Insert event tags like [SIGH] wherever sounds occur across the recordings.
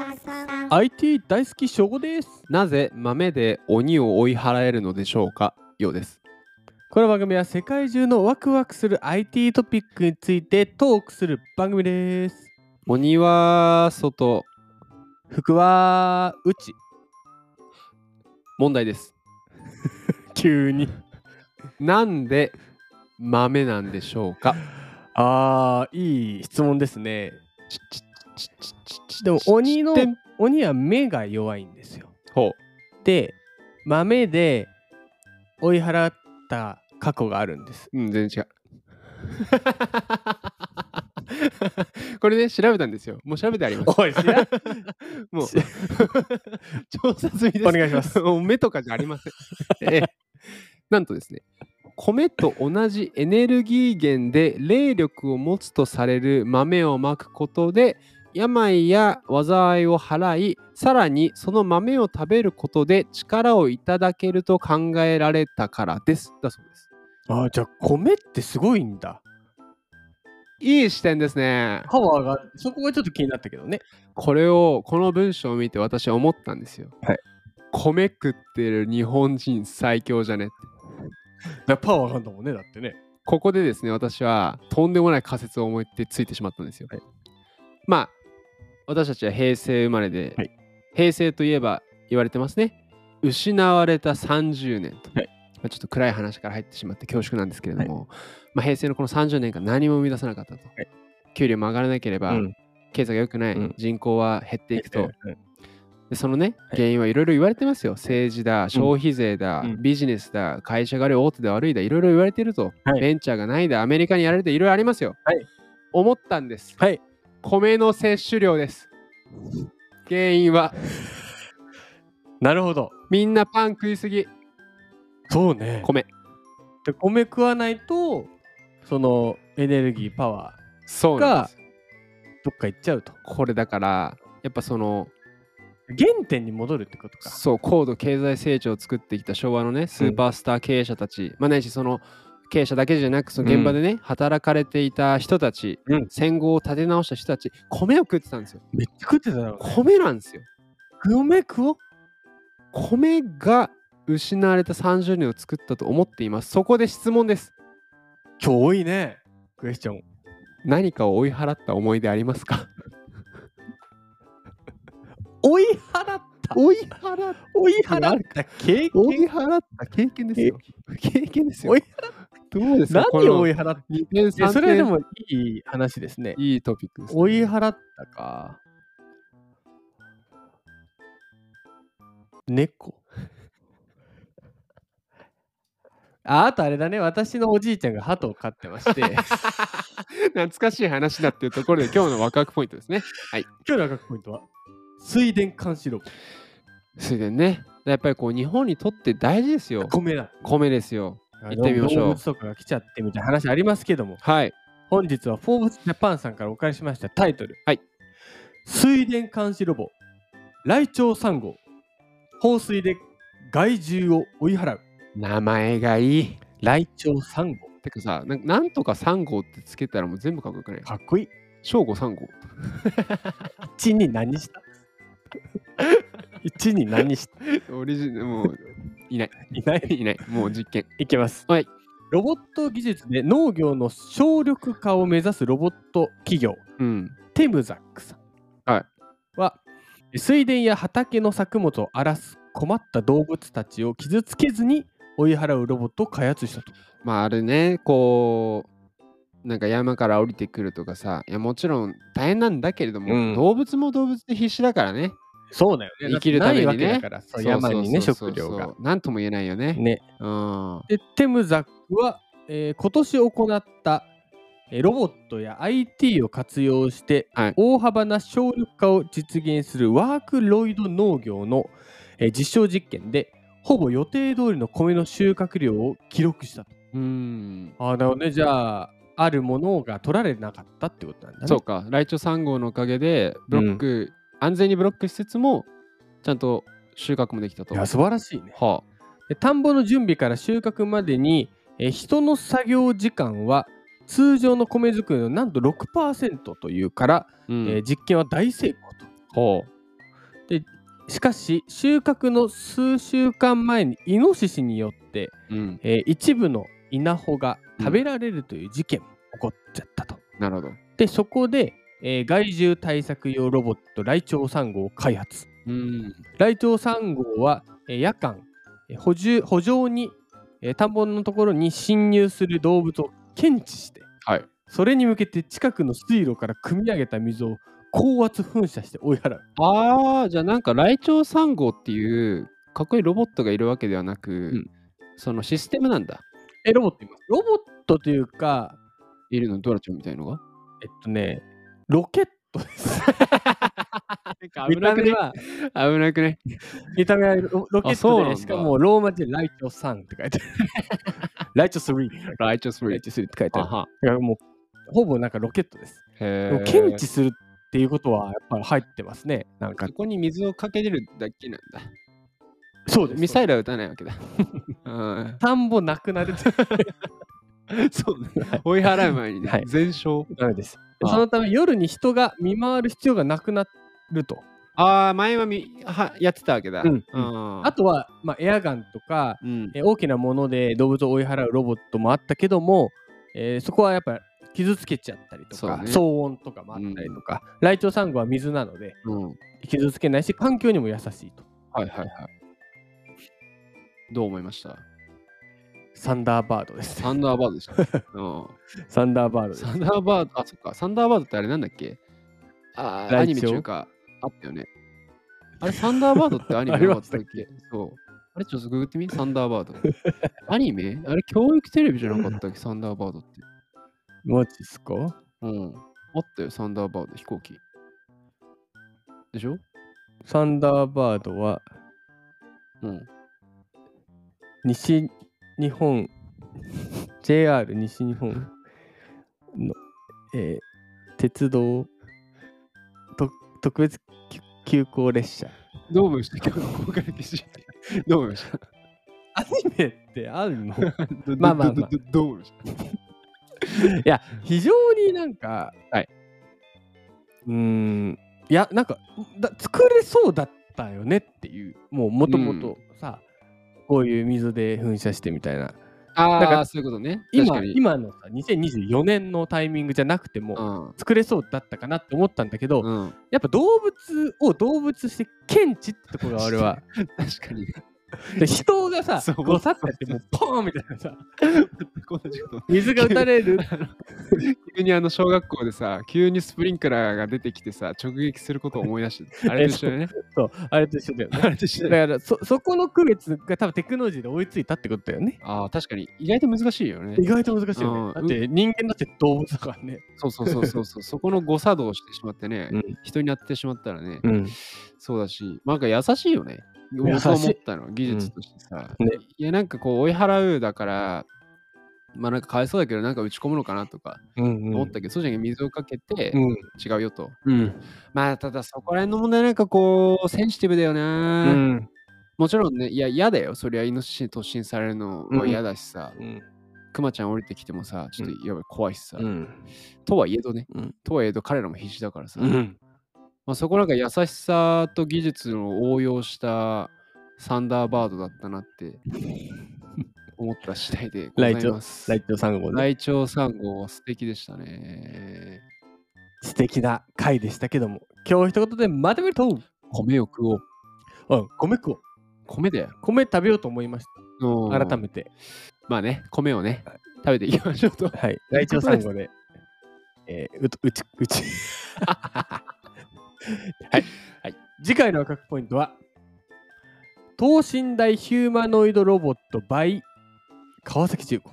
ん IT 大好き初号ですなぜ豆で鬼を追い払えるのでしょうかようですこの番組は世界中のワクワクする IT トピックについてトークする番組です鬼は外服は内問題です [LAUGHS] 急になんで豆なんでしょうかあーいい質問ですねででもも鬼鬼のの鬼は目が弱いんですよほで豆で追い払った過去があるんですう、うん、 [LAUGHS] 全然違うこれね調べたんですよもう調べてありますおい知らもうし [LAUGHS] 調査済みですお願いしますもう目とかじゃありません [LAUGHS] ええなんとですね米と同じエネルギー源で霊力を持つとされる豆をまくことで病や災いを払いさらにその豆を食べることで力をいただけると考えられたからですだそうです [LAUGHS] あーじゃあ米ってすごいんだいい視点ですねパワーがそこがちょっと気になったけどねこれをこの文章を見て私は思ったんですよはい米食ってる日本人最強じゃねってだからパワーがあるんだもんねだってねここでですね、私はとんでもない仮説を思いってついてしまったんですよ。はいまあ、私たちは平成生まれで、はい平成といえば言われてますね。失われた30年と。はいまあちょっと暗い話から入ってしまって恐縮なんですけれども、まあ、平成のこの30年間何も生み出さなかったと。い給料も上がらなければ、うん経済が良くない、うん人口は減っていくと、うんでそのねい原因はいろいろ言われてますよ政治だ消費税だ、うんビジネスだ会社が悪い大手で悪いだいろいろ言われてると、はいベンチャーがないだアメリカにやられていろいろありますよ、はい思ったんですはい米の摂取量です原因はなるほどみんなパン食いすぎそうね米で米食わないとそのエネルギーパワーそうなんですどっか行っちゃうとこれだからやっぱその原点に戻るってことかそう高度経済成長を作ってきた昭和のねスーパースター経営者たち、まあないしその経営者だけじゃなくその現場でね、働かれていた人たち、うん戦後を立て直した人たち米を食ってたんですよめっちゃ食ってたな米なんですよ米食おう米が失われた30年を作ったと思っていますそこで質問です今日多いねクエスチョン何かを追い払った思い出ありますか追い払った追い払っ追い払った経追い験払った経験ですよ経験ですよ追いどうですか何を追い払った2点いや3それはで点もいい話ですねいいトピックですね、追い払ったか猫 [LAUGHS] ああとあれだね私のおじいちゃんが鳩を飼ってまして [LAUGHS] 今懐かしい話だっていうところ [LAUGHS] で今日のワクワクポイントですね。日の赤くポイントは水田監視ロボ水田ね。やっぱりこう日本にとって大事ですよ。米だ米ですよ。行ってみましょう動物とかが来ちゃってみたいな話ありますけどもはい。本日は「フォーブスジャパン」さんからお借りしましたタイトル「はい、水田監視ロボライチョウ3号放水で害獣を追い払う名前がいい。ライチョウ3号てかさ、なんなんとか3号ってつけたらもう全部かっこよくないかっこいい正吾3号。一に何した [LAUGHS] 一に何したオリジナル、もういない。いないいない。もう実験。いけますはいロボット技術で農業の省力化を目指すロボット企業うん。テムザックさんは水田や畑の作物を荒らす困った動物たちを傷つけずに追い払うロボットを開発したと。まああれね、こう。なんか山から降りてくるとかさいやもちろん大変なんだけれども、うん動物も動物で必死だからねそうだよ生きるためにねだってないわけだからそうそうそう山にねそうそ食う料がそ。うなんとも言えないよねね、うんでテムザックは、えー今年行った、えーロボットや IT を活用して、はい大幅な省力化を実現するワークロイド農業の、えー実証実験でほぼ予定通りの米の収穫量を記録したと。うんあーなるほどねじゃああるものが取られなかったってことなんだね。そうか、ライチョ3号のおかげで、ブロック、安全にブロックしつつも、ちゃんと収穫もできたと。いや素晴らしいね。はで田んぼの準備から収穫までに、えー人の作業時間は通常の米作りのなんと6%というから、あ、うんえー実験は大成功と。ほでしかし収穫の数週間前にイノシシによって、うん、えー一部の稲穂が食べられるという事件も起こっちゃったと。なるほど。でそこで、えー害獣対策用ロボットライチョウ3号を開発。うん、ライチョウ3号は、えー夜間えー補充補助に、えー田んぼのところに侵入する動物を検知してはい。それに向けて近くの水路から汲み上げた水を高圧噴射して追い払う。ああ、じゃあなんか、ライチョウ3号っていう、かっこいいロボットがいるわけではなく、んそのシステムなんだ。えロボットいますロボットというかいるの、ドラちゃんみたいのが。えっとねロケットです危見なたく目ね。は危なくね。見た目はロロケあそうなんットだでしかもローマ字でライチョウ3って書いてあるライチョウ3ライチョウライ3。チョウ3って書いてああるは。だからもうほぼなんかロケットですでへもえ。検知するっていうことはやっぱり入ってますねなんかそこに水をかけれるだけなんだ。そうですミサイイルは撃たないわけだ。 [LAUGHS] うん田んぼなく [LAUGHS] なるそうね。追い払う前にねはい全焼。ダメですあそのため夜に人が見回る必要がなくなるとああ、前はみはやってたわけだ。うんああとは、まあ、エアガンとかうん。えー大きなもので動物を追い払うロボットもあったけども、えーそこはやっぱ傷つけちゃったりとそうか、ね騒音とかもあったりとか、ライチョウサンゴは水なのでうん傷つけないし環境にも優しいとはいはいはい。どう思いましたサンダーバードですサンダーバードでした、 [LAUGHS] ねうん。サンダーバードですサンダーバード、あ、そっか、サンダーバードってあれなんだっけあーアラニイメチョウ中か、あったよね。あれ、サンダーバードってアニメありなかまっしたたっっけそう。あれ、ちょっとググってみサンダーバード。アニメあれ、教育テレビじゃなかったっけサンダーバードって。マジっすかうん。あったよ、サンダーバード、飛行機。でしょサンダーバードはうん。西日本 JR 西日本の、えー鉄道と特別急急行列車どう思いました [LAUGHS] 今日公開記事。 [LAUGHS] どう思いましたアニメって [LAUGHS] あるのどまあまあまあどどどどう思いましたいや非常になんか、はい、うーんいやなんかだ作れそうだったよねっていうもうもともとさ、こういう水で噴射してみたいなあなんーかそういうことね。確今かに今のさ2024年のタイミングじゃなくても、作れそうだったかなって思ったんだけど、うん。うん。やっぱ動物を動物して検知ってところが俺 [LAUGHS] は確かに。 [LAUGHS] で人がさそうごさってやってもうポーンみたいなさこんな時間水が打たれ [LAUGHS] る急にあの小学校でさ、急にスプリンクラーが出てきてさ、直撃することを思い出 [LAUGHS] して、あれと一緒だね。とあれと一緒だよね [LAUGHS] あれと一緒だだね。からそそこの区別が多分テクノロジーで追いついたってことだよね。ああ、確かに。意外と難しいよね意。外と難しいよね。うだんって人間だって動物だからね。そうそうそうそうそう。そこの誤作動をしてしまってね、うん人になってしまったらね、うん。そうだし、なんか優しいよね。僕優しいは思ったの、技術としてさ。うんねいや、なんかこう、追い払うだから、まあなんかかわいそうだけど、なんか打ち込むのかなとかうん思ったけど、そうじゃなくて水をかけて、うん。違うよと。うん。まあ、ただそこら辺の問題なんかこう、センシティブだような、ん。もちろんね、いや、嫌だよ。そりゃ、イノシシに突進されるのうはん嫌だしさ、クマちゃん降りてきてもさ、ちょっとやばい、怖いしさ、うん。とはいえどね、うんとはいえど彼らも必死だからさ、うん。まあ、そこなんか優しさと技術を応用したサンダーバードだったなって思った次第でございます。ライトさん号ラね。イチョウさん号、素敵でしたね。素敵な回でしたけども、今日一言でまとめると、う米を食おう。ん、米食おう。米だよ。米食べようと思いました。うん改めて。まあね、米をね、食べていきましょうと。はい。ライチョウサンゴで。えー、うとうち、う [LAUGHS] ち。はい。はい、次回の価格ポイントは、等身大ヒューマノイドロボット by 川崎重工。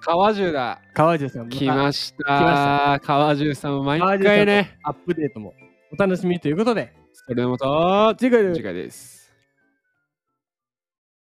川中だ。川中さん、来まました。来ま川中さん、毎川中さん回ね。たアップデートもお楽しみということで、それではまた、次回の次回です。